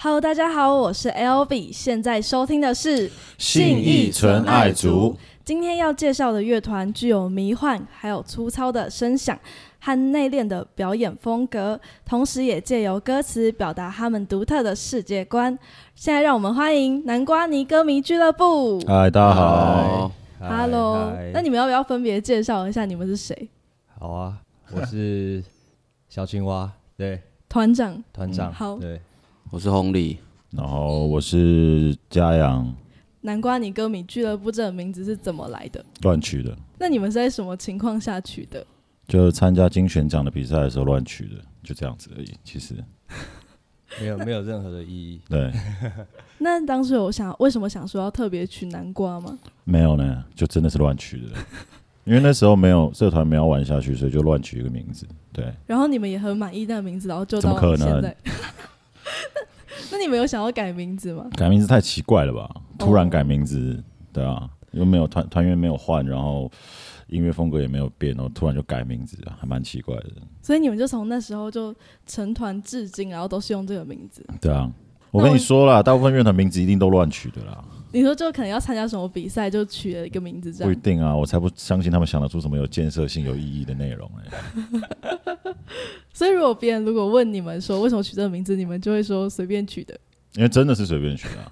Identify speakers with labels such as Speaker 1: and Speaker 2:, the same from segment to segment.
Speaker 1: Hello，大家好，我是 L B，现在收听的是
Speaker 2: 信义纯爱族。
Speaker 1: 今天要介绍的乐团具有迷幻，还有粗糙的声响和内敛的表演风格，同时也借由歌词表达他们独特的世界观。现在让我们欢迎南瓜泥歌迷俱乐部。
Speaker 2: 嗨，大家好
Speaker 3: 嗨，
Speaker 1: Hello，
Speaker 3: 嗨
Speaker 1: 那你们要不要分别介绍一下你们是谁？
Speaker 3: 好啊，我是 小青蛙，对，
Speaker 1: 团长，
Speaker 3: 团长，
Speaker 1: 嗯好
Speaker 3: 对，
Speaker 4: 我是红礼，
Speaker 2: 然后我是嘉阳
Speaker 1: 南瓜泥歌迷俱乐部这个名字是怎么来的？
Speaker 2: 乱取的，
Speaker 1: 那你们是在什么情况下取的？
Speaker 2: 就参加金选奖的比赛的时候乱取的，就这样子而已。其实，
Speaker 3: 没有没有任何的意义，
Speaker 2: 对，
Speaker 1: 那当时有想为什么想说要特别取南瓜吗？
Speaker 2: 没有呢， 就真的是乱取的，因为那时候没有社团没有玩下去，所以就乱取一个名字。对，
Speaker 1: 然后你们也很满意那个名字，然后就
Speaker 2: 怎
Speaker 1: 到
Speaker 2: 么可能
Speaker 1: 现在。 那那你们有想要改名字吗？
Speaker 2: 改名字太奇怪了吧？突然改名字，对啊，又没有团团员没有换，然后音乐风格也没有变，然后突然就改名字，还蛮奇怪的。
Speaker 1: 所以你们就从那时候就成团至今，然后都是用这个名字。
Speaker 2: 对啊，我
Speaker 1: 那
Speaker 2: 跟
Speaker 1: 我
Speaker 2: 你说啦，大部分乐团名字一定都乱取的啦。
Speaker 1: 你说就可能要参加什么比赛，就取了一个名字这
Speaker 2: 不一
Speaker 1: 样。
Speaker 2: 定啊，我才不相信他们想得出什么有建设性、有意义的内容嘞、
Speaker 1: 所以如果别人如果问你们说为什么取这个名字，你们就会说随便取的。
Speaker 2: 因为真的是随便取的、啊。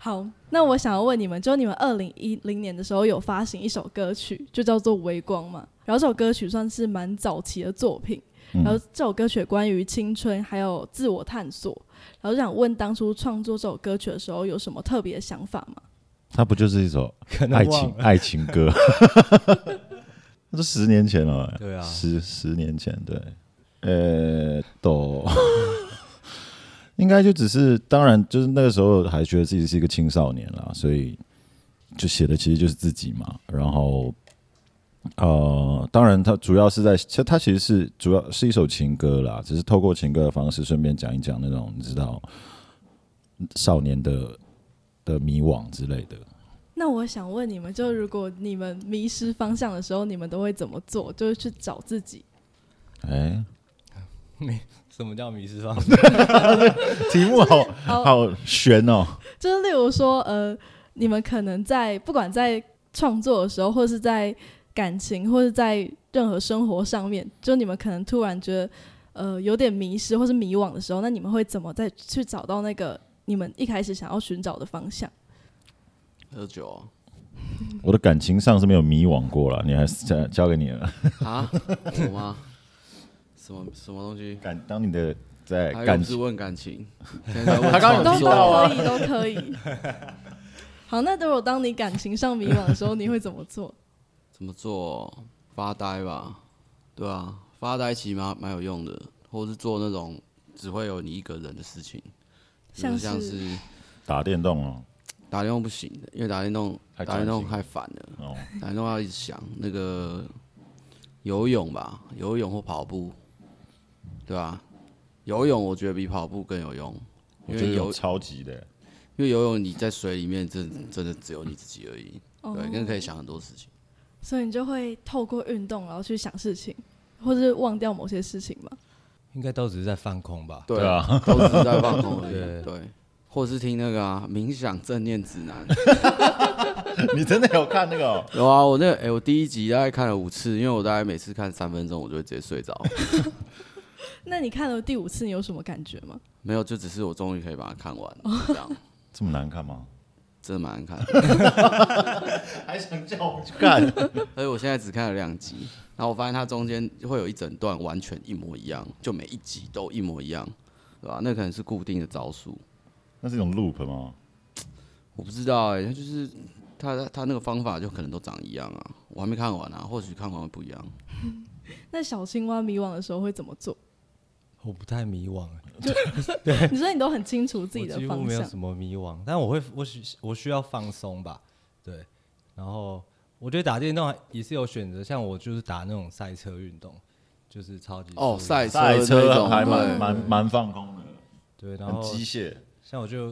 Speaker 1: 好，那我想要问你们，就你们二零一零年的时候有发行一首歌曲，就叫做《微光》嘛。然后这首歌曲算是蛮早期的作品，
Speaker 2: 嗯
Speaker 1: 然后这首歌曲关于青春还有自我探索，然后就想问当初创作这首歌曲的时候有什么特别的想法吗？
Speaker 2: 它不就是一首
Speaker 3: 可能
Speaker 2: 爱
Speaker 3: 忘
Speaker 2: 情
Speaker 3: 了
Speaker 2: 爱情歌？ 那都十年前了、
Speaker 3: 对啊
Speaker 2: 十十年前，对，呃，都 应该就只是，当然就是那个时候还觉得自己是一个青少年啦，所以就写的其实就是自己嘛。然后，呃，当然它主要是在，其实它其实是主要是一首情歌啦，只是透过情歌的方式，顺便讲一讲那种你知道少年的的迷惘之类的。
Speaker 1: 那我想问你们，就如果你们迷失方向的时候，你们都会怎么做？就是去找自己。
Speaker 2: 哎、
Speaker 3: 什么叫迷失方向？
Speaker 2: 题目好
Speaker 1: 哦
Speaker 2: 好悬哦。
Speaker 1: 就是例如说，呃，你们可能在不管在创作的时候，或是在感情，或是在任何生活上面，就你们可能突然觉得，呃，有点迷失或是迷惘的时候，那你们会怎么再去找到那个你们一开始想要寻找的方向？
Speaker 4: 喝酒
Speaker 2: 我的感情上是没有迷惘过了，你还是交交给你了。
Speaker 4: 啊？啊我吗？什么什么东西？
Speaker 2: 感当你的在
Speaker 4: 还
Speaker 2: 感
Speaker 4: 是
Speaker 2: 情，
Speaker 4: 问感情？现在在问
Speaker 2: 他刚刚有
Speaker 1: 都
Speaker 4: 创
Speaker 1: 都
Speaker 4: 作
Speaker 2: 提到啊
Speaker 1: 可以，都可以。好，那如果当你感情上迷惘的时候，你会怎么做？
Speaker 4: 怎么做？发呆吧，对啊，发呆其实蛮蛮有用的，或是做那种只会有你一个人的事情，比 如
Speaker 1: 像
Speaker 4: 像
Speaker 1: 是
Speaker 4: 是
Speaker 2: 打电动哦，
Speaker 4: 打电动不行，因为打电动
Speaker 2: 太
Speaker 4: 打电
Speaker 2: 专
Speaker 4: 动
Speaker 2: 心
Speaker 4: 太烦了，
Speaker 2: 哦，
Speaker 4: 打电动要一直想那个游泳吧，游泳或跑步，对吧、游泳我觉得比跑步更有用，
Speaker 2: 我
Speaker 4: 因
Speaker 2: 觉得
Speaker 4: 为游
Speaker 2: 有超级的，
Speaker 4: 因为游泳你在水里面真真的只有你自己而已，
Speaker 1: 哦
Speaker 4: 对，更可以想很多事情。
Speaker 1: 所以你就会透过运动，然后去想事情，或是忘掉某些事情嘛。
Speaker 3: 应该都只是在放空吧？
Speaker 4: 对
Speaker 2: 啊，
Speaker 4: 都是在放空而
Speaker 3: 对
Speaker 4: 已。啊对，或是听那个啊，冥想正念指南。
Speaker 2: 你真的有看那个哦？
Speaker 4: 有啊，我那哎、我第一集大概看了五次，因为我大概每次看三分钟，我就会直接睡着。
Speaker 1: 那你看了第五次，你有什么感觉吗？
Speaker 4: 没有，就只是我终于可以把它看完，了，这样
Speaker 2: 这么难看吗？
Speaker 4: 真的蛮难看的。
Speaker 2: 还想叫我去看？
Speaker 4: 所以我现在只看了两集，然后我发现它中间会有一整段完全一模一样，就每一集都一模一样，对吧、那可能是固定的招数。
Speaker 2: 那是一种 loop 吗？
Speaker 4: 我不知道哎、他就是他他那个方法就可能都长一样啊，我还没看完啊，或许看完会不一样。
Speaker 1: 那小青蛙迷惘的时候会怎么 做？
Speaker 3: 我不太迷惘，
Speaker 1: 你说你都很清楚自己
Speaker 3: 我
Speaker 1: 的
Speaker 3: 几乎
Speaker 1: 方
Speaker 3: 没有
Speaker 1: 向，
Speaker 3: 什么迷惘，但我会我需我需要放松吧，对，然后我觉得打电动也是有选择，像我就是打那种赛车运动，就是超级
Speaker 4: 哦，
Speaker 3: 速
Speaker 4: 赛
Speaker 2: 赛
Speaker 4: 车那
Speaker 2: 车
Speaker 4: 种
Speaker 2: 还
Speaker 4: 对
Speaker 2: 蛮蛮蛮放空的，
Speaker 3: 对，然
Speaker 2: 很
Speaker 3: 后
Speaker 2: 机械。
Speaker 3: 像我就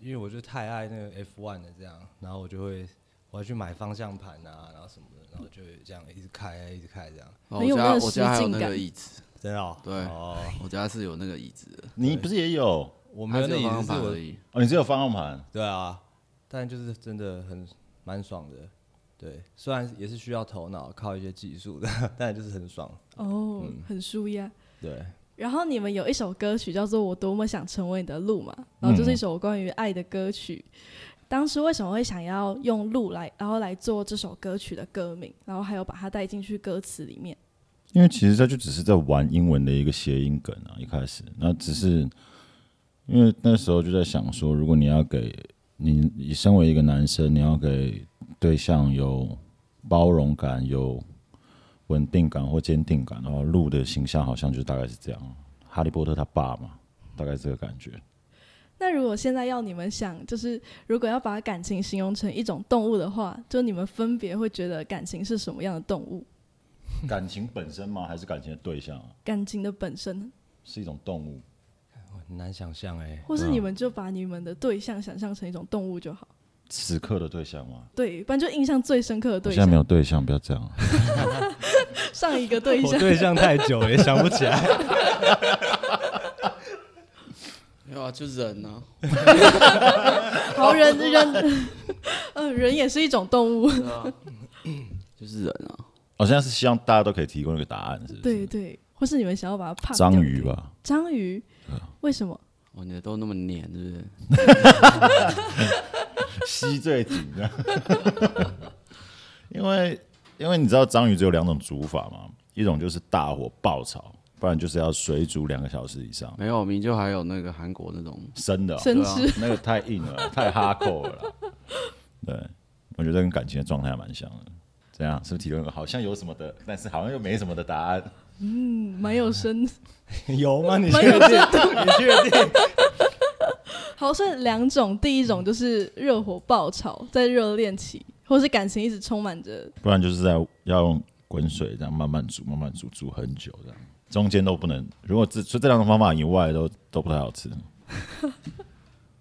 Speaker 3: 因为我就太爱那个 F1 的这样，然后我就会我要去买方向盘啊，然后什么的，然后就会这样一直开啊一直开这样，
Speaker 4: 哦
Speaker 1: 很有
Speaker 4: 我
Speaker 1: 那
Speaker 4: 家
Speaker 1: 个
Speaker 4: 我家还
Speaker 1: 实
Speaker 4: 有
Speaker 1: 境
Speaker 4: 那个
Speaker 1: 感
Speaker 4: 椅子，
Speaker 3: 真的、哦、
Speaker 4: 对
Speaker 3: 哦，
Speaker 4: 我家是有那个椅子的，
Speaker 2: 你不是也有？
Speaker 3: 我没有
Speaker 4: 它
Speaker 3: 那
Speaker 4: 只
Speaker 3: 椅
Speaker 4: 方向
Speaker 3: 子是
Speaker 4: 盘
Speaker 3: 我
Speaker 4: 而，已。
Speaker 2: 哦，你只有方向盘，
Speaker 3: 对啊，但就是真的很蛮爽的。对，虽然也是需要头脑靠一些技术的， 但就是很爽。
Speaker 1: 哦，很舒压。
Speaker 3: 嗯对，
Speaker 1: 然后你们有一首歌曲叫做《我多么想成为你的路》嘛，
Speaker 3: 嗯
Speaker 1: 然后就是一首关于爱的歌曲。当时为什么会想要用“路”来，然后来做这首歌曲的歌名，然后还有把它带进去歌词里面？
Speaker 2: 因为其实他就只是在玩英文的一个谐音梗啊，一开始那只是因为那时候就在想说，如果你要给你你身为一个男生，你要给对象有包容感、有稳定感或坚定感的话，鹿的形象好像就大概是这样，哈利波特他爸嘛，大概这个感觉。
Speaker 1: 那如果现在要你们想，就是如果要把感情形容成一种动物的话，就你们分别会觉得感情是什么样的动物？
Speaker 2: 感情本身吗？还是感情的对象啊？
Speaker 1: 感情的本身，
Speaker 2: 是一种动物。
Speaker 3: 我很难想象哎、
Speaker 1: 或
Speaker 2: 嗯
Speaker 1: 是你们就把你们的对象想象成一种动物就好。
Speaker 2: 此刻的对象吗？
Speaker 1: 对，不然就印象最深刻的
Speaker 2: 我
Speaker 1: 对
Speaker 2: 现在没
Speaker 1: 象，
Speaker 2: 有对象，不要这样。
Speaker 1: 上一个对
Speaker 3: 我
Speaker 1: 象。
Speaker 3: 对象太久了，也想不起来。
Speaker 4: 没有啊，就人啊，
Speaker 1: 好人人， 呃，人也是一种动物。
Speaker 4: 对啊，就是人啊。
Speaker 2: 好、像是希望大家都可以提供一个答案，是不是？
Speaker 1: 对对，或是你们想要把它胖掉
Speaker 2: 章鱼？吧，嗯
Speaker 1: 章鱼，为什么？
Speaker 4: 哦，你的都那么黏，是不是？
Speaker 2: 吸最紧的。 因为因为你知道章鱼只有两种煮法嘛，一种就是大火爆炒，不然就是要水煮两个小时以上，
Speaker 4: 没有，明就还有那个韩国那种，
Speaker 2: 生的哦、
Speaker 1: 生吃？
Speaker 2: 那个太硬 了，太哈扣了啦。对，我觉得跟感情的状态蛮像的。怎样？是不是提供一个好像有什么的，但是好像又没什么的答案？
Speaker 1: 嗯，蛮有深，
Speaker 3: 有吗？你
Speaker 1: 蛮
Speaker 3: 确
Speaker 1: 有
Speaker 3: 定？
Speaker 1: 深度。
Speaker 3: 你确定？
Speaker 1: 好，所以两种，第一
Speaker 2: 嗯
Speaker 1: 种就是热火爆炒，在热恋期，或是感情一直充满着，
Speaker 2: 不然就是在要用滚水这样慢慢煮，慢慢煮，煮很久这样，中间都不能。如果这除这两种方法以外都，都不太好吃。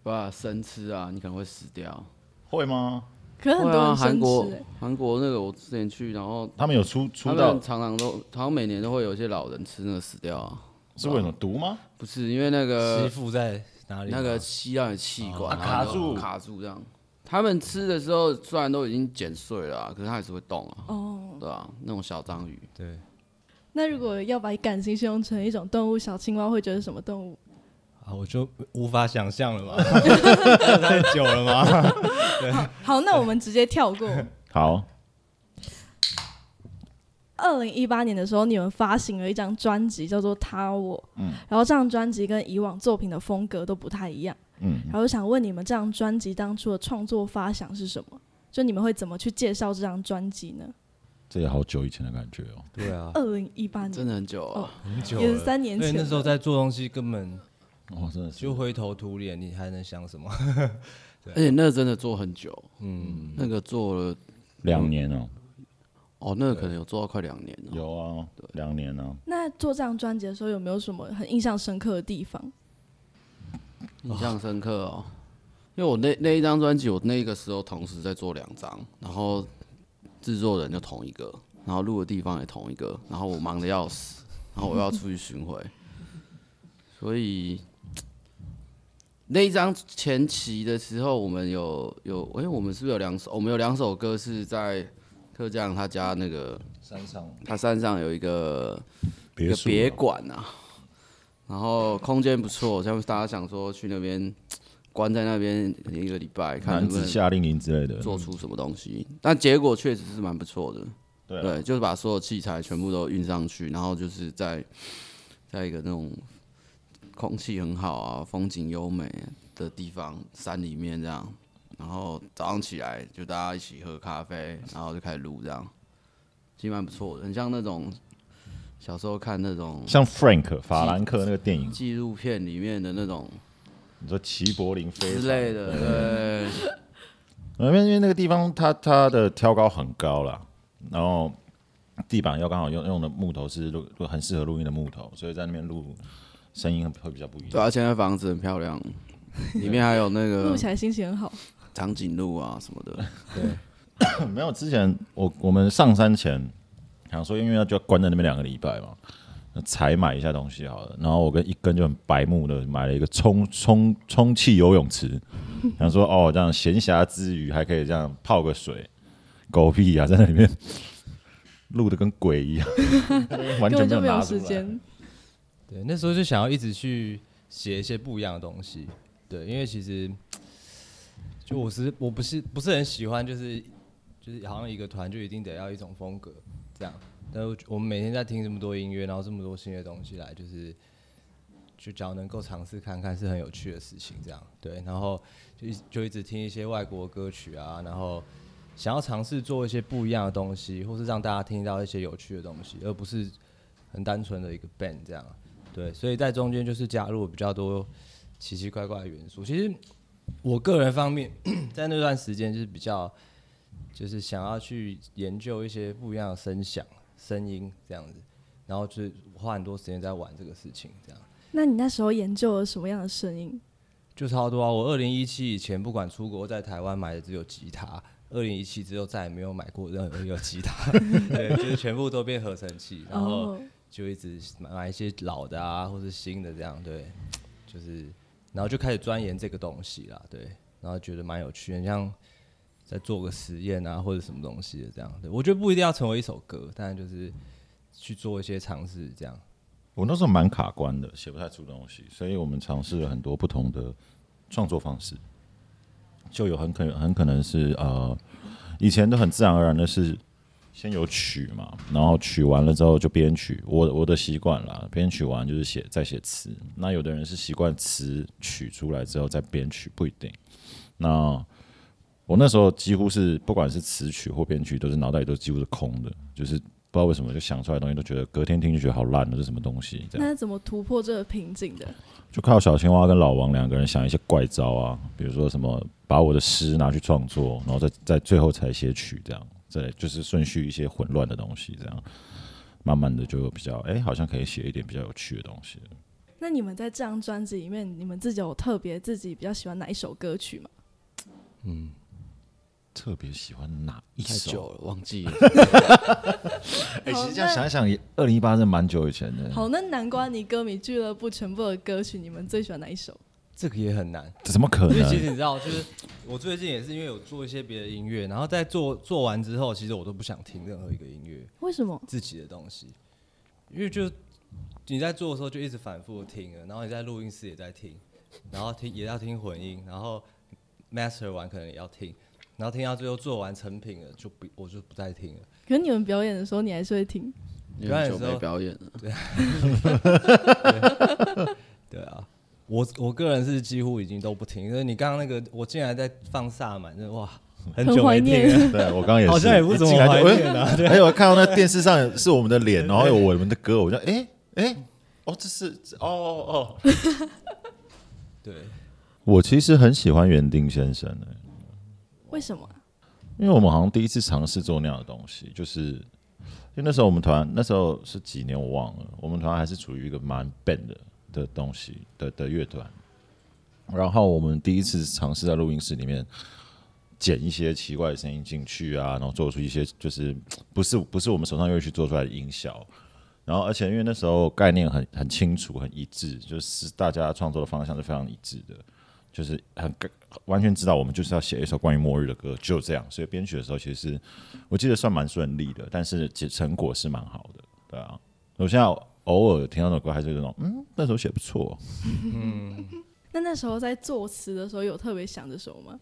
Speaker 4: 不然生吃啊，你可能会死掉。
Speaker 2: 会吗？
Speaker 1: 可是很
Speaker 4: 会
Speaker 1: 多
Speaker 4: 啊，
Speaker 1: 人
Speaker 4: 韩
Speaker 1: 生吃、
Speaker 4: 国
Speaker 1: 欸。
Speaker 4: 韩国那个我之前去，然后
Speaker 2: 他们有出出
Speaker 4: 他
Speaker 2: 到
Speaker 4: 们常常都好像每年都会有一些老人吃那个死掉啊，
Speaker 2: 是为什么毒吗？
Speaker 4: 不是因为那
Speaker 3: 媳
Speaker 4: 个
Speaker 3: 妇在哪里吗？
Speaker 4: 呃那个吸到你气管、
Speaker 2: 哦
Speaker 4: 然
Speaker 2: 啊
Speaker 4: 后
Speaker 2: 卡
Speaker 4: 就
Speaker 2: 住
Speaker 4: 卡住这样。他们吃的时候虽然都已经剪碎了啊、可是它还是会动啊，
Speaker 1: 哦，
Speaker 4: 对啊，那种小章鱼，
Speaker 3: 对
Speaker 1: 那如果要把感情形容成一种动物，小青蛙会觉得什么动物？
Speaker 3: 啊，我就无法想象了嘛，太久了嘛。
Speaker 1: 好，那我们直接跳过。
Speaker 2: 好，
Speaker 1: 二零一八年的时候，你们发行了一张专辑，叫做《他我》，
Speaker 2: 嗯
Speaker 1: 然后这张专辑跟以往作品的风格都不太一样，
Speaker 2: 嗯，
Speaker 1: 然后我想问你们，这张专辑当初的创作发想是什么？就你们会怎么去介绍这张专辑呢？
Speaker 2: 这也好久以前的感觉哦。
Speaker 3: 对啊，
Speaker 1: 二零一八
Speaker 4: 真
Speaker 1: 年，
Speaker 4: 的很久啊。
Speaker 3: 很久
Speaker 1: 也是
Speaker 3: 了。
Speaker 1: 三年
Speaker 3: 因为
Speaker 1: 前
Speaker 3: 那时候
Speaker 1: 了，
Speaker 3: 在做东西，根本
Speaker 2: 哦，真的是
Speaker 3: 就灰头土脸，你还能想什么？
Speaker 4: 而且那个真的做很久，
Speaker 3: 嗯，
Speaker 4: 那个做了
Speaker 2: 两年哦，
Speaker 4: 哦，那个可能有做到快两年了。
Speaker 2: 有啊，两年啊，
Speaker 1: 那做这张专辑的时候，有没有什么很印象深刻的地方？
Speaker 4: 印象深刻哦，因为我那那一张专辑，我那个时候同时在做两张，然后制作人就同一个，然后录的地方也同一个，然后我忙得要死，然后我又要出去巡回， 所以那一张前期的时候，我们有有，哎、我们是不是有两首？我们有两首歌是在客匠他家那个
Speaker 2: 山上
Speaker 4: 他山上有一个一
Speaker 2: 别
Speaker 4: 个
Speaker 2: 墅啊
Speaker 4: 别馆啊，然后空间不错，像大家想说去那边关在那边一个礼拜，看
Speaker 2: 男
Speaker 4: 能不
Speaker 2: 子
Speaker 4: 能
Speaker 2: 夏令营之类的，
Speaker 4: 做出什么东西。但结果确实是蛮不错的，
Speaker 2: 对啊
Speaker 4: 对，就是把所有器材全部都运上去，然后就是在在一个那种空气很好啊、风景优美的地方，山里面这样。然后早上起来就大家一起喝咖啡，然后就开始录这样，其实蛮不错的，很像那种小时候看那种
Speaker 2: 像 Frank 法兰克那个电影，
Speaker 4: 纪录片里面的那种
Speaker 2: 你说齐柏林飞
Speaker 4: 之
Speaker 2: 船
Speaker 4: 类的，对，
Speaker 2: 因为因为那个地方它它的挑高很高啦，然后地板要刚好用用的木头是录很适合录音的木头，所以在那边录声音会比较不一
Speaker 4: 对
Speaker 2: 样。
Speaker 4: 啊，现在房子很漂 亮，里面还有那
Speaker 1: 录
Speaker 2: 呃
Speaker 4: 个
Speaker 1: 起来心情很好。
Speaker 4: 长颈鹿啊什么的，
Speaker 2: 没有之前我我们上山前想说，因为要就要关在那边两个礼拜嘛，那才买一下东西好了。然后我跟一根就很白目的买了一个充 充充气游泳池，想说哦，这样闲暇之余还可以这样泡个水。狗屁啊，在那里面录的跟鬼一样，
Speaker 1: 根
Speaker 2: 完全
Speaker 1: 本就没
Speaker 2: 拿
Speaker 1: 有
Speaker 2: 出
Speaker 1: 时。
Speaker 2: 来
Speaker 1: 间。
Speaker 3: 对，那时候就想要一直去写一些不一样的东西。对，因为其实就我是我不是不是很喜欢，就是就是好像一个团就一定得要一种风格这样。但是我们每天在听这么多音乐，然后这么多新的东西来，就是就只要能够尝试看看，是很有趣的事情。这样对，然后就一就一直听一些外国歌曲啊，然后想要尝试做一些不一样的东西，或是让大家听到一些有趣的东西，而不是很单纯的一个 band 这样。对，所以在中间就是加入比较多奇奇怪怪的元素。其实我个人方面，在那段时间就是比较就是想要去研究一些不一样的声响、声音这样子，然后就是花很多时间在玩这个事情，这样
Speaker 1: 那你那时候研究了什么样的声音？
Speaker 3: 就超多啊。我二零一七以前不管出国在台湾买的只有吉他。二零一七之后再也没有买过任何一个吉他， 对，就是全部都变合成器，然后
Speaker 1: 哦，
Speaker 3: 就一直买一些老的啊，或是新的这样，对，就是，然后就开始钻研这个东西啦，对，然后觉得蛮有趣的，像在做个实验啊，或者什么东西的这样，对我觉得不一定要成为一首歌，但就是去做一些尝试这样，
Speaker 2: 我那时候蛮卡关的，写不太出东西，所以我们尝试了很多不同的创作方式，就有很可很可能是呃，以前都很自然而然的是先有曲嘛，然后曲完了之后就编曲，我我的习惯啦，编曲完就是写再写词，那有的人是习惯词曲出来之后再编曲，不一定。那我那时候几乎是不管是词曲或编曲，都是脑袋里都几乎是空的，就是。不知道为什么就想出来的东西都觉得隔天听就觉得好烂了，这是什么东西？这样。
Speaker 1: 那怎么突破这个瓶颈的？
Speaker 2: 就靠小青蛙跟老王两个人想一些怪招啊，比如说什么把我的诗拿去创作，然后再在最后才写曲，这样，这就是顺序一些混乱的东西，这样，慢慢的就比较，哎、好像可以写一点比较有趣的东西。
Speaker 1: 那你们在这张专辑里面，你们自己有特别自己比较喜欢哪一首歌曲吗？
Speaker 3: 嗯，
Speaker 2: 特别喜欢哪一
Speaker 4: 太久
Speaker 2: 首？
Speaker 4: 了，忘记了。
Speaker 2: 哎、其
Speaker 1: 好
Speaker 2: 实这样
Speaker 1: 那
Speaker 2: 想一想，也二零一八是蛮久以前的，
Speaker 1: 好，那南瓜泥歌迷俱乐部全部的歌曲，你们最喜欢哪一首？
Speaker 3: 这个也 很难，
Speaker 2: 这怎么可
Speaker 3: 因为其
Speaker 2: 能？
Speaker 3: 实你知道，就是我最近也是因为有做一些别的音乐，然后在做做完之后，其实我都不想听任何一个音乐，
Speaker 1: 为什么？
Speaker 3: 自己的东西，因为就你在做的时候就一直反复地听了，然后你在录音室也在听，然后听也要听混音，然后 master 完可能也要听，然后听到最后做完成品了就不我就不再听了。
Speaker 1: 可是你们表演的时候，你还是会听。
Speaker 4: 因为很久没表演了，
Speaker 3: 对啊，我我个人是几乎已经都不听，因为你刚刚那个我竟然在放萨满，真的哇，很久没听 了。
Speaker 2: 对我刚刚也是，
Speaker 3: 好像也不
Speaker 2: 一
Speaker 3: 怎么
Speaker 2: 进来就
Speaker 3: 怀念啊
Speaker 2: 哎哎，我看到那电视上是我们的 脸，然后有我们的歌，我就哎哎、哦，这是哦哦哦，
Speaker 3: 对，
Speaker 2: 我其实很喜欢园丁先生的、
Speaker 1: 为什么啊？
Speaker 2: 因为我们好像第一次尝试做那样的东西，就是因为那时候我们团那时候是几年我忘了，我们团还是处于一个蛮 band 的的东西的的乐团，然后我们第一次尝试在录音室里面剪一些奇怪的声音进去啊，然后做出一些就是不是不是我们手上乐器做出来的音效。然后，而且因为那时候概念很很清楚、很一致，就是大家创作的方向是非常一致的，就是很完全知道我们就是要写一首关于末日的歌，就这样。所以编曲的时候，其实我记得算蛮顺利的，但是结成果是蛮好的，对啊。我现在偶尔听到的歌，还是有那种嗯，那首写不错，
Speaker 1: 那那时候在作词的时候，有特别想着什么吗？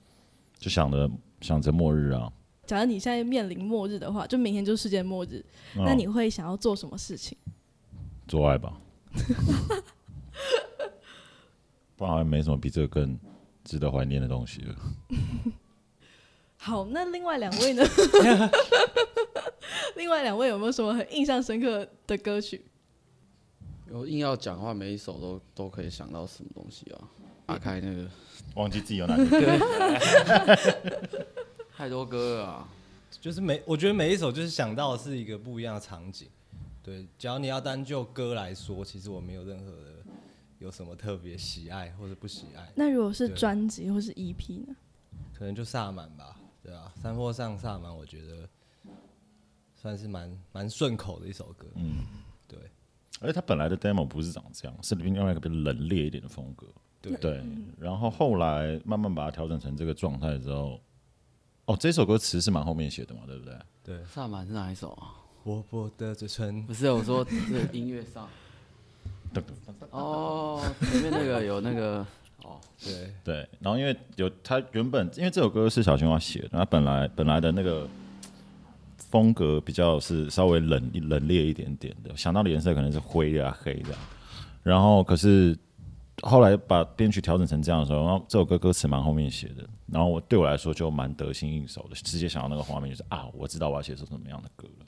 Speaker 2: 就想着想着末日啊。
Speaker 1: 假如你现在面临末日的话，就明天就是世界末日，那
Speaker 2: 嗯
Speaker 1: 你会想要做什么事情？
Speaker 2: 做爱吧， 不然好像没什么比这个更值得怀念的东西了。
Speaker 1: 好，那另外两 位呢？另外两位有没有什么很印象深刻的歌曲？
Speaker 4: 我硬要讲话，每一首都都可以想到什么东西啊？打开那个
Speaker 2: 忘记自己有哪个，
Speaker 4: 太多歌了、啊，
Speaker 3: 就是每我觉得每一首就是想到的是一个不一样的场景。对，只要你要单就歌来说，其实我没有任何的有什么特别喜爱或者不喜爱。
Speaker 1: 那如果是
Speaker 3: 对
Speaker 1: 专辑或是 EP 呢？
Speaker 3: 可能就萨满吧，对啊，山坡上萨满，我觉得算是蛮蛮顺口的一首歌。
Speaker 2: 嗯，
Speaker 3: 对，
Speaker 2: 而且他本来的 demo 不是长这样，是另外一个比较冷冽一点的风格。
Speaker 3: 对
Speaker 2: 对，然后后来慢慢把它调整成这个状态之后，哦，这首歌词是蛮后面写的嘛，对不对？
Speaker 3: 对，
Speaker 4: 萨满是哪一首啊？
Speaker 3: 我我的嘴唇
Speaker 4: 不是，我说是音乐 上。
Speaker 2: 噔噔
Speaker 4: 哦，前面那个有那个哦，
Speaker 3: 对
Speaker 2: 对，然后因为有他原本因为这首歌是小青蛙写的，他本来本来的那个风格比较是稍微冷冷冽一点点的，想到的颜色可能是灰啊黑这样，然后可是后来把编曲调整成这样的时候，然后这首歌歌词蛮后面写的，然后我对我来说就蛮得心应手的，直接想到那个画面就是啊，我知道我要写出什么样的歌了。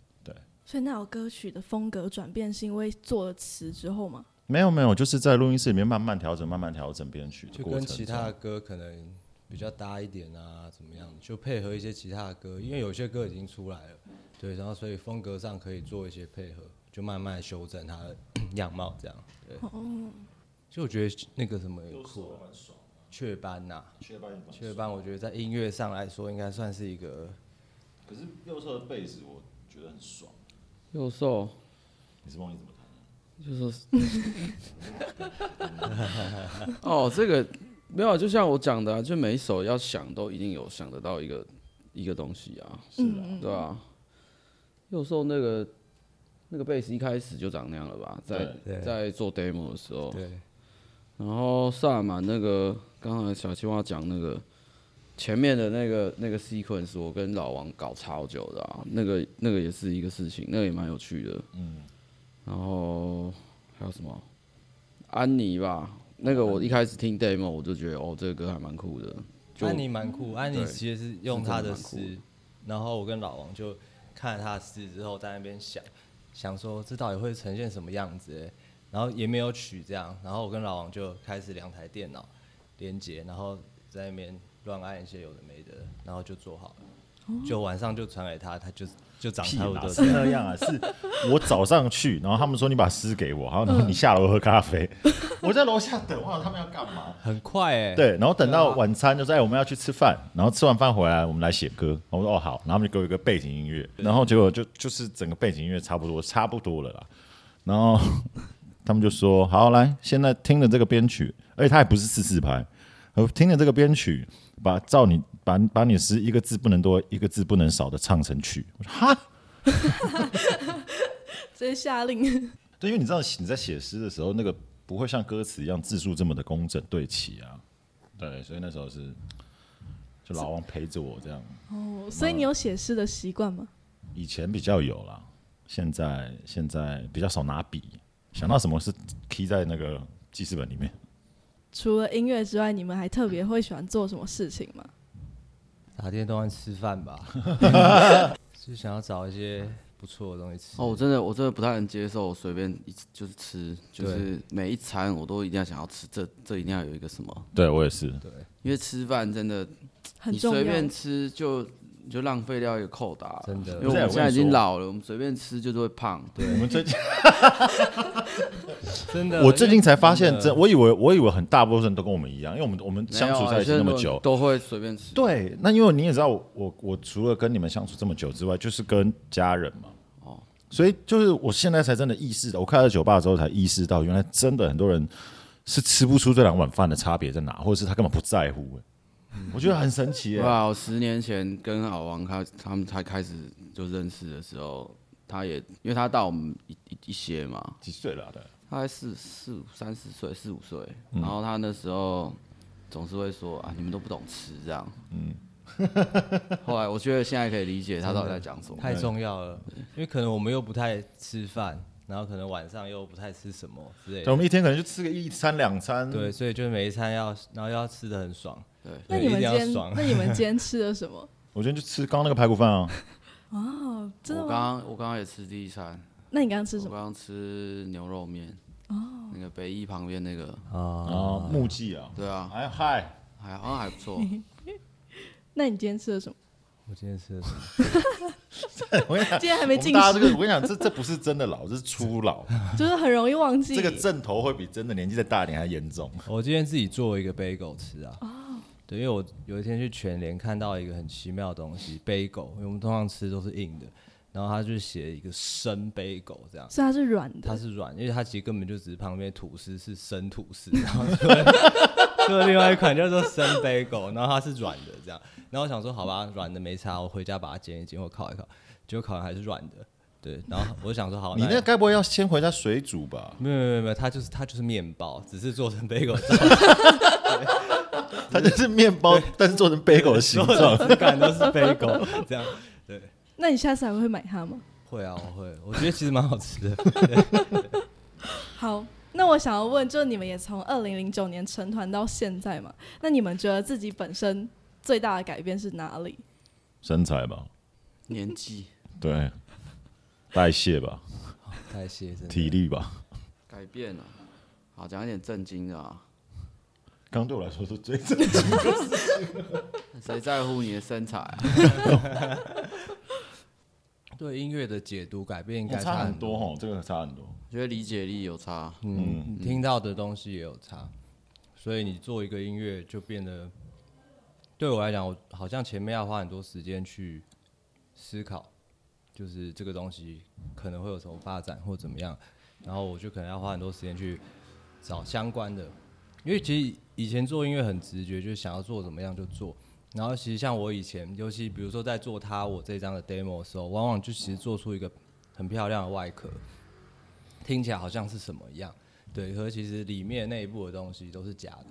Speaker 1: 所以那首歌曲的风格转变是因为做了词之后嘛？
Speaker 2: 没有没有，就是在录音室里面慢慢调整，慢慢调整编曲的
Speaker 3: 就
Speaker 2: 过程
Speaker 3: 跟
Speaker 2: 中。
Speaker 3: 其他的歌可能比较搭一点啊，怎么样？就配合一些其他的歌，因为有些歌已经出来了，对，然后所以风格上可以做一些配合，就慢慢修正它的 样貌这样。对，就我觉得那个什么也酷啊，雀斑呐、雀斑，雀斑，我觉得在音乐上来说，应该算是一个
Speaker 2: 可是右侧的贝斯我觉得很爽，
Speaker 4: 右手
Speaker 2: 你是忘记怎么弹？
Speaker 4: 就是 哦，这个没有，就像我讲的、啊，就每一首要想都一定有想得到一个一个东西啊，是啊，对啊。右手那个那个贝斯一开始就长那样了吧，在
Speaker 3: 对
Speaker 4: 在做 demo 的时候，
Speaker 3: 对
Speaker 4: 然后萨满那个刚才小青蛙讲那个前面的那个那个 sequence，我跟老王搞超久的、啊，那个那个也是一个事情，那个也蛮有趣的。嗯，然后还有什么安妮吧？那个我一开始听 demo 我就觉得哦，这个歌还蛮酷的。就
Speaker 3: 安妮蛮酷，安妮
Speaker 4: 对
Speaker 3: 其实是用她的
Speaker 4: 是真的蛮
Speaker 3: 诗，然后我跟老王就看了她的诗之后，在那边想，想说这到底会呈现什么样子欸，然后也没有曲这样，然后我跟老王就开始两台电脑连接，然后在那边乱按一些有的没的，然后就做好了，就晚上就传给他，他就就长
Speaker 2: 屁
Speaker 3: 差不
Speaker 2: 啦，
Speaker 3: 多
Speaker 2: 是
Speaker 3: 这样，
Speaker 2: 那样啊，是我早上去，然后他们说你把诗给我，然后然后你下楼喝咖 啡，我在楼下等，我想他们要干嘛？
Speaker 3: 很快哎、
Speaker 2: 对，然后等到晚餐就说哎我们要去吃饭，然后吃完饭回来我们来写歌，我说哦好，然后他们就给我一个背景音乐，然后结果就就是整个背景音乐差不多差不多了啦，然后他们就说好来，现在听了这个编曲，而且他还不是四四拍，呃听了这个编曲，把照你把把你的诗一个字不能多一个字不能少的唱成曲，我说哈。
Speaker 1: 直接下令，
Speaker 2: 对，因为你知道你在写诗的时候，那个不会像歌词一样字数这么的工整对齐啊。对，所以那时候是就老王陪着我这样。
Speaker 1: 哦， 所以你有写诗的习惯吗？
Speaker 2: 以前比较有啦，现在现在比较少拿笔，想到什么是 key 在那个记事本里面。
Speaker 1: 除了音乐之外，你们还特别会喜欢做什么事情吗？
Speaker 3: 打电动吃饭 吧，就想要找一些不错的东西吃。
Speaker 4: 哦，我真的我真的不太能接受，我随便一就是吃，就是每一餐我都一定要想要吃，这这一定要有一个什么，
Speaker 2: 对我也是，
Speaker 4: 因为吃饭真的
Speaker 1: 很
Speaker 4: 你
Speaker 1: 重要
Speaker 4: 随。便吃就你就浪费掉一个扣打，
Speaker 3: 真的
Speaker 4: 因为我们
Speaker 2: 不是我跟你
Speaker 4: 现在已经
Speaker 2: 说
Speaker 4: 老了，我们随便吃就是会胖。
Speaker 2: 我们最近
Speaker 3: 真的，
Speaker 2: 我最近才发现
Speaker 3: 呃真，的
Speaker 2: 真我以为我以为很大部分人都跟我们一样，因为我们我们
Speaker 4: 没有
Speaker 2: 相
Speaker 4: 啊
Speaker 2: 处在一起那么久，
Speaker 4: 都会随便吃。
Speaker 2: 对，那因为你也知道我，我我除了跟你们相处这么久之外，就是跟家人嘛。所以就是我现在才真的意识到，我开了酒吧之后才意识到，原来真的很多人是吃不出这两碗饭的差别在哪，或者是他根本不在乎、欸我觉得很神奇、欸。
Speaker 4: 哇，我十年前跟老王他他们才开始就认识的时候，他也因为他大我们一一一些嘛，
Speaker 2: 几岁了啊？对
Speaker 4: 他才四四五三四岁，四五岁，
Speaker 2: 嗯
Speaker 4: 然后他那时候总是会说啊，你们都不懂吃这样。嗯。后来我觉得现在可以理解他到底在讲 什么。
Speaker 3: 太重要了，因为可能我们又不太吃饭，然后可能晚上又不太吃什么之类
Speaker 2: 对，我
Speaker 3: 的，
Speaker 2: 们一天可能就吃个一餐两餐。
Speaker 3: 对，所以就是每一餐要，然后要吃的很爽，
Speaker 4: 对
Speaker 1: 那你
Speaker 3: 对，一
Speaker 1: 们
Speaker 3: 定
Speaker 1: 今
Speaker 3: 要
Speaker 1: 天，
Speaker 3: 爽
Speaker 1: 那，你们今天吃了什 么？
Speaker 2: 我今天就吃刚刚那个排骨饭啊，
Speaker 1: 哦，真的
Speaker 4: 我刚
Speaker 1: 吗？
Speaker 4: 刚我刚刚也吃第一餐，
Speaker 1: 那你刚刚吃什
Speaker 4: 我
Speaker 1: 么？
Speaker 4: 刚刚吃牛肉面。哦。那个北一旁边那个，
Speaker 2: 然后木记啊，
Speaker 4: 对啊，
Speaker 2: 哎嗨，
Speaker 4: 还好像还不 错。
Speaker 1: 那你今天吃了什么？
Speaker 3: 我今天吃的什么？
Speaker 2: 我跟你讲，
Speaker 1: 今天还没
Speaker 2: 我们
Speaker 1: 进
Speaker 2: 大家这
Speaker 1: 食，
Speaker 2: 个，我跟你讲，这这不是真的老，这是初老，
Speaker 1: 就是很容易忘记。
Speaker 2: 这个症头会比真的年纪再大一点还严重。
Speaker 3: 我今天自己做一个 bagel 吃啊。
Speaker 1: 哦
Speaker 3: 对，因为我有一天去全联看到一个很奇妙的东西，bagel，因为我们通常吃都是硬的，然后他就写一个生杯狗这样。
Speaker 1: 所以它是软
Speaker 3: 它
Speaker 1: 的，
Speaker 3: 是软，因为它其实根本就只是旁边吐司是生吐 司，然后就就另外一款叫做生杯狗，然后它是软的这样。然后我想说，好吧，软的没差，我回家把它煎一煎或烤一烤，结果烤完还是软的。对，然后我就想说，好，
Speaker 2: 你
Speaker 3: 那
Speaker 2: 那该不会要先回家水煮吧？
Speaker 3: 没有没有没有没有，它就是它就是面包，只是做成 bagel 造
Speaker 2: 它就是面包，但是做成 bagel 的形
Speaker 3: 所
Speaker 2: 状
Speaker 3: 有。的质感都是 bagel 这样。对，
Speaker 1: 那你下次还会买它吗？
Speaker 3: 会啊，我会，我觉得其实蛮好 吃的。
Speaker 1: 好，那我想要问，就你们也从二零零九年成团到现在嘛，那你们觉得自己本身最大的改变是哪里？
Speaker 2: 身材吧，
Speaker 4: 年纪
Speaker 2: 对，代谢吧，
Speaker 3: 太谢真
Speaker 2: 体
Speaker 3: 的。
Speaker 2: 力吧。
Speaker 4: 改变了。好，讲一点正经的啊，
Speaker 2: 刚对我来说是最
Speaker 4: 谁在乎你的身材啊？
Speaker 3: 对音乐的解读改变应该
Speaker 2: 差很
Speaker 3: 很
Speaker 2: 多哦，这个差很多。
Speaker 4: 我觉得理解力有差，
Speaker 3: 嗯，你听到的东西也有差，所以你做一个音乐就变得，对我来讲，我好像前面要花很多时间去思考，就是这个东西可能会有什么发展或怎么样，然后我就可能要花很多时间去找相关的，因为其实以前做音乐很直觉，就是想要做怎么样就做。然后其实像我以前，尤其比如说在做它我这张的 demo 的时候，往往就其实做出一个很漂亮的外壳，听起来好像是什么一样，对，可是其实里面内部的东西都是假的，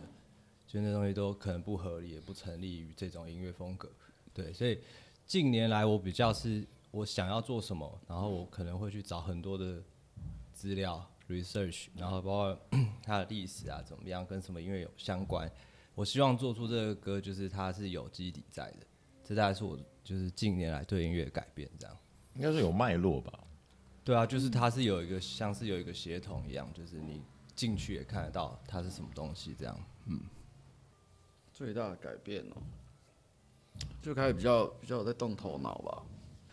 Speaker 3: 就那东西都可能不合理，也不成立于这种音乐风格，对，所以近年来我比较是我想要做什么，然后我可能会去找很多的资料 research，然后包括 它的历史啊怎么样，跟什么音乐有相关，我希望做出这个歌就是它是有基底在的，这大概是我就是近年来对音乐的改变这样。
Speaker 2: 应该是有脉络吧？
Speaker 3: 对啊，就是它是有一个像是有一个协同一样，就是你进去也看得到它是什么东西这样。
Speaker 4: 最大的改变哦，就开始比较比较有在动头脑吧。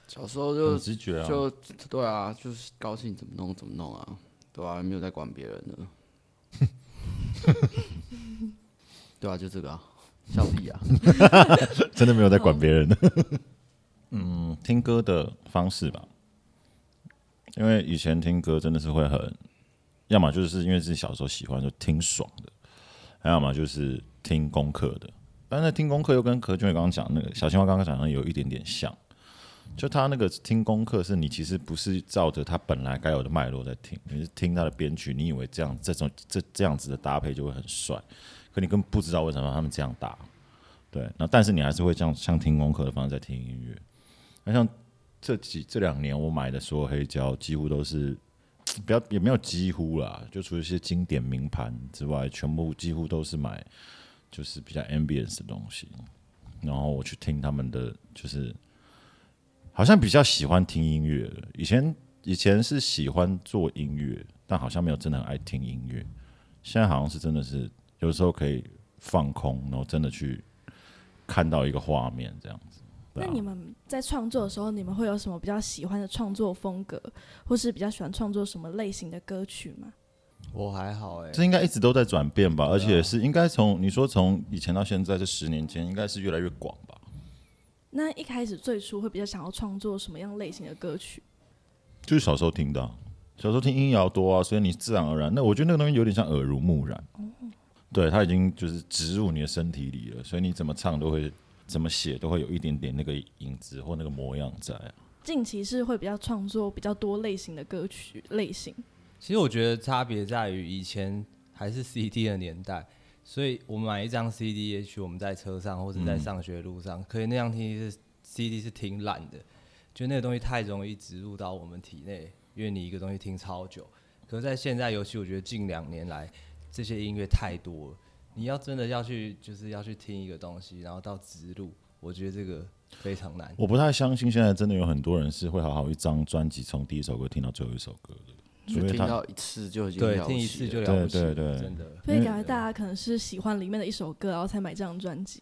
Speaker 4: 小时候就
Speaker 2: 很直觉啊。
Speaker 4: 就对啊，就是高兴怎么弄怎么弄啊，对啊，没有在管别人的， 对啊，就这个啊，笑屁啊，
Speaker 2: 真的没有在管别人的。嗯，听歌的方式吧，因为以前听歌真的是会很，要么就是因为自己小时候喜欢就听爽的，还要么就是听功课的。但是听功课又跟何俊伟刚刚讲那个小青蛙刚刚讲的有一点点像，就他那个听功课是你其实不是照着他本来该有的脉络在听，你是听他的编曲，你以为这样这种这这样子的搭配就会很帅，可你根本不知道为什么他们这样搭。对，那但是你还是会这样像听功课的方式在听音乐。那像这几这两年我买的所有黑胶，几乎都是不要也没有几乎啦，就除了一些经典名盘之外，全部几乎都是买就是比较 ambience 的东西。然后我去听他们的，就是好像比较喜欢听音乐了。以前以前是喜欢做音乐，但好像没有真的很爱听音乐。现在好像是真的是有时候可以放空，然后真的去看到一个画面这样子。对
Speaker 1: 那
Speaker 2: 啊
Speaker 1: 你们在创作的时候，你们会有什么比较喜欢的创作风格，或是比较喜欢创作什么类型的歌曲吗？
Speaker 3: 我还好哎、
Speaker 2: 这应该一直都在转变吧，而且是应该从你说从以前到现在这十年间，应该是越来越广吧。
Speaker 1: 那一开始最初会比较想要创作什么样类型的歌曲？
Speaker 2: 就是小时候听的啊、小时候听音摇多啊，所以你自然而然，那我觉得那个东西有点像耳濡目染，对，它已经就是植入你的身体里了，所以你怎么唱都会，怎么写都会有一点点那个影子或那个模样在啊、
Speaker 1: 近期是会比较创作比较多类型的歌曲类型，
Speaker 3: 其实我觉得差别在于以前还是 CD 的年代，所以我买一张 CD，也许我们在车上或是
Speaker 2: 嗯
Speaker 3: 在上学路上，可以那样听是 CD 是挺懒的，就那个东西太容易植入到我们体内，因为你一个东西听超久。可是在现在，尤其我觉得近两年来，这些音乐太多了，你要真的要去就是要去听一个东西，然后到植入，我觉得这个非常难。
Speaker 2: 我不太相信现在真的有很多人是会好好一张专辑从第一首歌听到最后一首歌的，除
Speaker 4: 就
Speaker 2: 非
Speaker 4: 听
Speaker 2: 他
Speaker 4: 到一次就已经
Speaker 3: 对，
Speaker 4: 了
Speaker 3: 听一
Speaker 4: 不
Speaker 3: 次
Speaker 4: 起
Speaker 3: 就
Speaker 4: 了
Speaker 3: 了不起了，
Speaker 2: 对对对
Speaker 3: 真的。
Speaker 1: 所以感觉大家可能是喜欢里面的一首歌，然后才买这张专辑，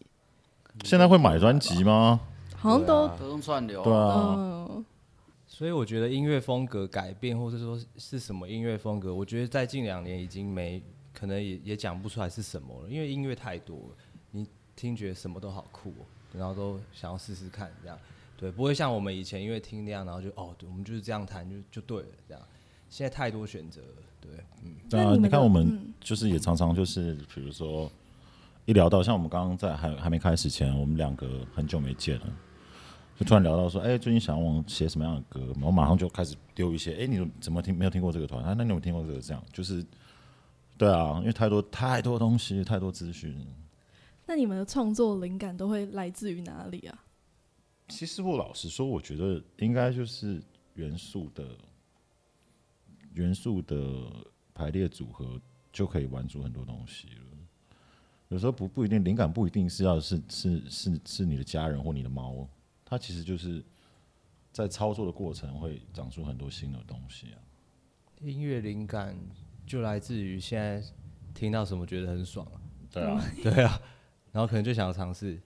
Speaker 2: 现在会买专辑吗？
Speaker 1: 好像都、
Speaker 4: 都用串流啊，
Speaker 2: 对啊，
Speaker 1: 嗯，
Speaker 3: 所以我觉得音乐风格改变，或者说是什么音乐风格，我觉得在近两年已经没可能也也讲不出来是什么了，因为音乐太多了，你听觉什么都好酷、哦，然后都想要试试看这样。对，不会像我们以前因为听那样，然后就哦，对，我们就是这样弹就就对了这样。现在太多选择了，对，
Speaker 1: 那
Speaker 2: 对啊，
Speaker 1: 你们
Speaker 2: 你看
Speaker 1: 的
Speaker 2: 我们
Speaker 1: 嗯
Speaker 2: 就是也常常就是，比如说一聊到像我们刚刚在还还没开始前，我们两个很久没见了，就突然聊到说，哎、最近想往写什么样的歌，然后马上就开始丢一些，哎、你怎么听没有听过这个团？啊，那你有没有听过这个？这样就是，对啊，因为太多太多东西，太多资讯。
Speaker 1: 那你们的创作灵感都会来自于哪里啊？
Speaker 2: 其实我老实说，我觉得应该就是元素的元素的排列组合就可以玩出很多东西了。有时候不不一定灵感不一定是要是是是是你的家人或你的猫，它其实就是在操作的过程会长出很多新的东西啊。
Speaker 3: 音乐灵感就来自于现在听到什么觉得很爽、啊，
Speaker 2: 对啊，
Speaker 3: 对啊，然后可能就想要尝试。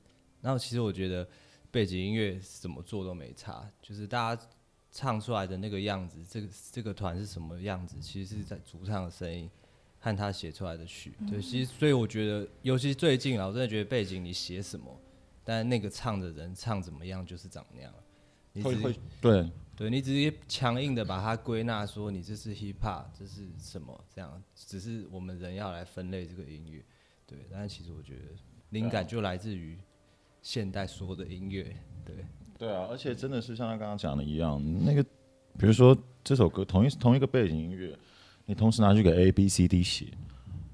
Speaker 3: 然后其实我觉得背景音乐怎么做都没差，就是大家唱出来的那个样子，这个这个团是什么样子，其实是在主唱的声音和他写出来的曲。
Speaker 2: 嗯
Speaker 3: 对，其实所以我觉得，尤其最近啊，我真的觉得背景你写什么，但那个唱的人唱怎么样，就是长那样了。你
Speaker 2: 会
Speaker 3: 只
Speaker 2: 会对
Speaker 3: 对你直接强硬的把它归纳说你这是 hip hop，这是什么这样，只是我们人要来分类这个音乐，对。但是其实我觉得灵感就来自于现代所有的音乐，对。
Speaker 2: 对啊，而且真的是像他刚刚讲的一样，那个比如说这首歌同一同一个背景音乐，你同时拿去给 A B C D 写，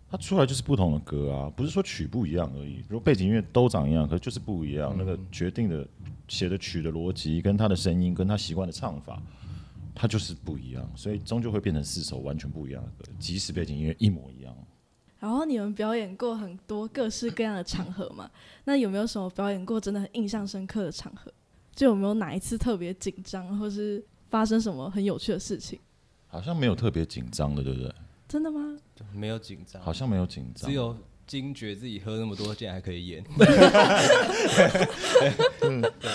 Speaker 2: 它出来就是不同的歌啊，不是说曲不一样而已。如果背景音乐都长一样，可就是不一
Speaker 3: 嗯
Speaker 2: 样，那个决定的写的曲的逻辑跟他的声音跟他习惯的唱法。它就是不一样，所以终究会变成四首完全不一样的歌，即使背景音乐一模一样。
Speaker 1: 然后你们表演过很多各式各样的场合嘛？ 那有没有什么表演过真的很印象深刻的场合？就有没有哪一次特别紧张，或是发生什么很有趣的事情？
Speaker 2: 好像没有特别紧张的，对不对？
Speaker 1: 真的吗？
Speaker 3: 就没有紧张，
Speaker 2: 好像没有紧张，
Speaker 3: 只有惊觉自己喝那么多，竟然还可以演。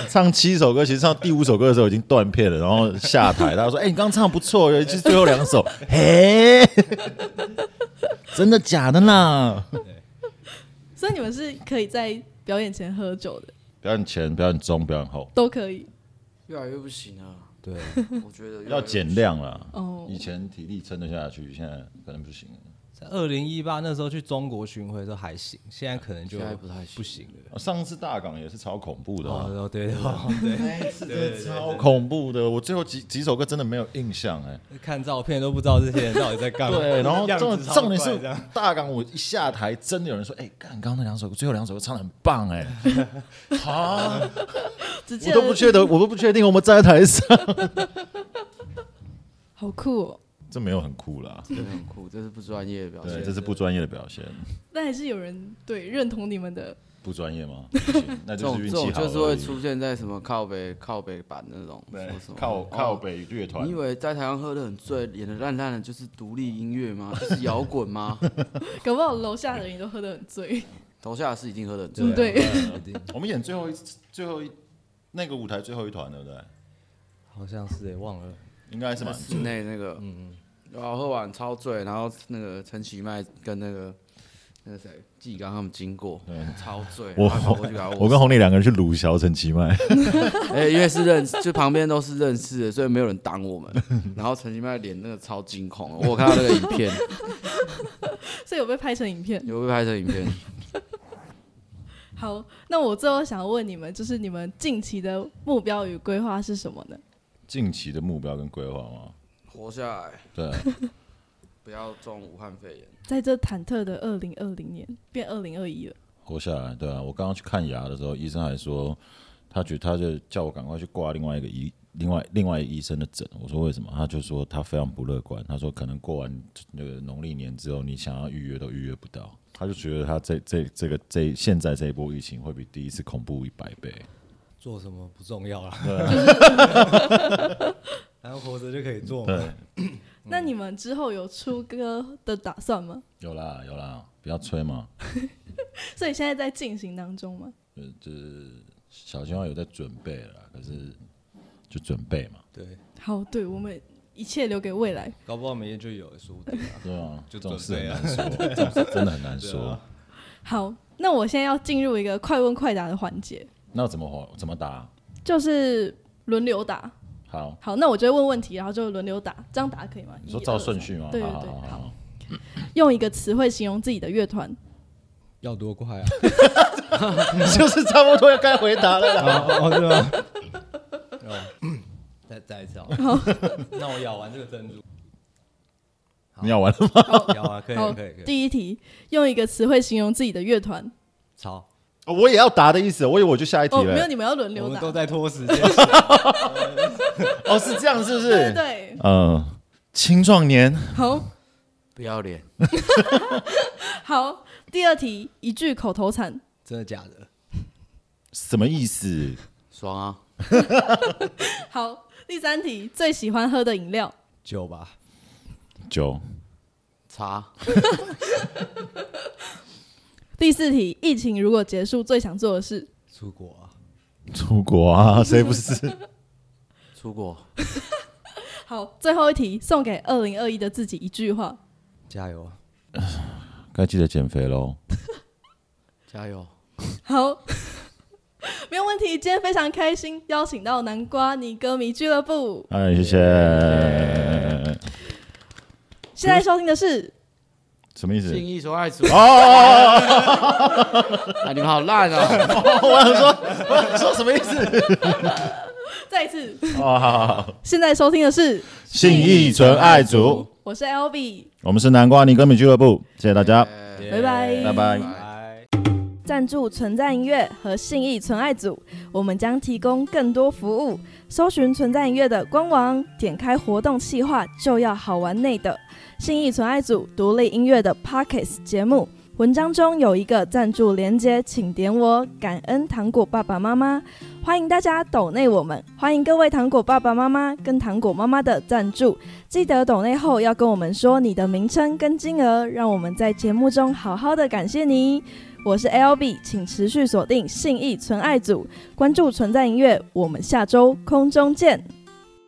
Speaker 2: 唱七首歌，其实唱第五首歌的时候已经断片了，然后下台，大家说：“哎、你刚唱不 错，尤其是最后两首，嘿，真的假的啦
Speaker 1: 所以你们是可以在表演前喝酒的，？”
Speaker 2: 表演前、表演中、表演后
Speaker 1: 都可以
Speaker 4: 越来越不行啊！
Speaker 3: 对，
Speaker 4: 我觉得越来越
Speaker 2: 要减量了。
Speaker 1: 哦
Speaker 2: 以。前体力撑得下去，现在可能不行了。
Speaker 3: 在二零一八那时候去中国巡回都还行，现在可能就
Speaker 4: 现在不太行
Speaker 3: 不行了。
Speaker 2: 哦上次大港也是超恐怖的、啊，
Speaker 3: 哦，对哦对，
Speaker 2: 那一次真的超恐怖的。我最后几几首歌真的没有印象哎、
Speaker 3: 看照片都不知道这些人到底在干嘛。
Speaker 2: 对，然后
Speaker 3: 样子
Speaker 2: 重
Speaker 3: 超
Speaker 2: 重点
Speaker 3: 怪
Speaker 2: 是
Speaker 3: 这样
Speaker 2: 大港，我一下台，真的有人说：“哎、干，刚刚那两首歌，最后两首歌唱的很棒哎、啊。
Speaker 1: 只记
Speaker 2: 我都不
Speaker 1: 得
Speaker 2: 确得，我都不确定我们站在台上，
Speaker 1: 好酷哦，
Speaker 2: 这没有很酷啦，
Speaker 4: 真的很酷，这是不专业的表
Speaker 2: 对，
Speaker 4: 现。
Speaker 2: 这是不专业的表现，
Speaker 1: 但还是有人对认同你们的
Speaker 2: 不专业 吗？不行那
Speaker 4: 这
Speaker 2: 就
Speaker 4: 种
Speaker 2: 是运
Speaker 4: 这
Speaker 2: 气
Speaker 4: 种
Speaker 2: 好而
Speaker 4: 就
Speaker 2: 已，
Speaker 4: 是会出现在什么靠北靠北版那种，什么什
Speaker 2: 对，
Speaker 4: 么
Speaker 2: 靠
Speaker 4: 哦
Speaker 2: 靠北乐团
Speaker 4: 你以，为在台湾喝的很醉，演的烂烂的，就是独立音乐吗？就是摇滚吗？
Speaker 1: 搞不好楼下的人都喝得很
Speaker 2: 啊
Speaker 1: 醉，
Speaker 4: 楼下是一定喝的很醉
Speaker 1: 嗯，
Speaker 4: 啊，
Speaker 1: 对，
Speaker 3: 一定
Speaker 2: 我们演最后一最后一那个舞台最后一团，对不对？
Speaker 3: 好像是也欸忘了。
Speaker 2: 应该是蛮
Speaker 4: 室内那个，
Speaker 3: 嗯
Speaker 4: 然后喝完超醉，然后那个陈其迈跟那个那个谁纪刚他们经过，超醉，
Speaker 2: 我
Speaker 4: 然后跑过去给他握
Speaker 2: 我跟红丽两个人去鲁小陈其迈，
Speaker 4: 手哎，因为是认识，就旁边都是认识的，所以没有人挡我们。然后陈其迈脸那个超惊恐，我有看到那个影片，
Speaker 1: 所以有被拍成影片。
Speaker 4: 有被拍成影片。
Speaker 1: 好，那我最后想要问你们，就是你们近期的目标与规划是什么呢？
Speaker 2: 近期的目标跟规划吗？
Speaker 4: 活下来，
Speaker 2: 对，啊
Speaker 4: 不要中武汉肺炎。
Speaker 1: 在这忐忑的二零二零年，变二零二一了，
Speaker 2: 活下来，对啊，我刚刚去看牙的时候，医生还说他觉得他就叫我赶快去挂另外一个医另外另外一个医生的诊。我说为什么？他就说他非常不乐观，他说可能过完那个农历年之后，你想要预约都预约不到。他就觉得他这这这个这现在这一波疫情会比第一次恐怖一百倍。
Speaker 3: 做什么不重要啦， 然后活着就可以做嘛。嗯
Speaker 1: 那你们之后有出歌的打算吗？
Speaker 2: 有啦有啦，不要吹嘛，
Speaker 1: 所以现在在进行当中吗？
Speaker 2: 小青蛙有在准备了啦，可是就准备嘛，
Speaker 3: 对，
Speaker 1: 好，对我们一切留给未来。
Speaker 3: 搞不好明天就有了，说不定啊。
Speaker 2: 对啊，
Speaker 3: 就
Speaker 2: 这种事
Speaker 3: 准备
Speaker 2: 很
Speaker 3: 啊
Speaker 2: 难说，这种事真的很 难说。
Speaker 1: 好，那我现在要进入一个快问快答的环节，
Speaker 2: 那怎么活怎么打？
Speaker 1: 就是轮流打。
Speaker 2: 好，
Speaker 1: 好，那我就会问问题，然后就轮流打，这样打可以吗？
Speaker 2: 你说
Speaker 1: 一
Speaker 2: 照
Speaker 1: 二
Speaker 2: 顺
Speaker 1: 三
Speaker 2: 序吗？
Speaker 1: 对对
Speaker 2: 好
Speaker 1: 对，
Speaker 2: 好好
Speaker 1: 好
Speaker 2: 好。
Speaker 1: 用一个词汇形容自己的乐团，
Speaker 3: 要多快啊？
Speaker 2: 就是差不多该回答了啦。
Speaker 3: 哦，是吗？哦，再再一次哦。那我咬完这个珍珠，好
Speaker 2: 你要完了吗？
Speaker 3: 咬完可以
Speaker 1: 好
Speaker 3: 可以可以。
Speaker 1: 第一题，用一个词汇形容自己的乐团。
Speaker 3: 好，
Speaker 2: 我也要答的意思，我以为我就下一题
Speaker 1: 哦，没有，
Speaker 2: 了。
Speaker 1: 你们要轮
Speaker 3: 我
Speaker 1: 流
Speaker 3: 们
Speaker 1: 打。
Speaker 3: 都在拖时 间。
Speaker 2: 哦，是这样，是不是？
Speaker 1: 对对，
Speaker 2: 嗯，青壮年，
Speaker 1: 好
Speaker 4: 不要脸，
Speaker 1: 好。第二题，一句口头禅。
Speaker 3: 真的假的？
Speaker 2: 什么意思？
Speaker 4: 爽啊！
Speaker 1: 好，第三题，最喜欢喝的饮料。
Speaker 3: 酒吧，
Speaker 2: 九
Speaker 4: 擦，
Speaker 1: 第四题，疫情如果结束，最想做的事。
Speaker 3: 出国啊，
Speaker 2: 出国啊，谁不是？
Speaker 4: 出国，
Speaker 1: 好，最后一题，送给二零二一的自己一句话。
Speaker 3: 加油啊！
Speaker 2: 该记得减肥喽。
Speaker 4: 加油！
Speaker 1: 好， 没有问题。今天非常开心，邀请到南瓜泥歌迷俱乐部。
Speaker 2: 哎，谢谢。
Speaker 1: 现在收听的是
Speaker 2: 什么意思？
Speaker 4: 信义所爱组，
Speaker 2: 哦，
Speaker 4: 啊，你们好烂啊！
Speaker 2: 说什么意思？
Speaker 1: 再一次，
Speaker 2: 哦，好好好。
Speaker 1: 现在收听的是，
Speaker 2: 信义纯爱组，
Speaker 1: 我是 L B，
Speaker 2: 我们是南瓜泥歌迷俱乐部，谢谢大家，
Speaker 4: 哎
Speaker 1: 拜拜
Speaker 2: 拜拜。
Speaker 3: 拜。
Speaker 1: 赞助存在音乐和信义纯爱组，我们将提供更多服务。搜寻存在音乐的官网，点开活动企划就要好玩内的信义纯爱组独立音乐的 Pockets 节目。文章中有一个赞助连接，请点我。感恩糖果爸爸妈妈，欢迎大家抖内我们，欢迎各位糖果爸爸妈妈跟糖果妈妈的赞助。记得抖内后要跟我们说你的名称跟金额，让我们在节目中好好的感谢你。我是 LB，请持续锁定信义纯爱组，关注存在音乐，我们下周空中见。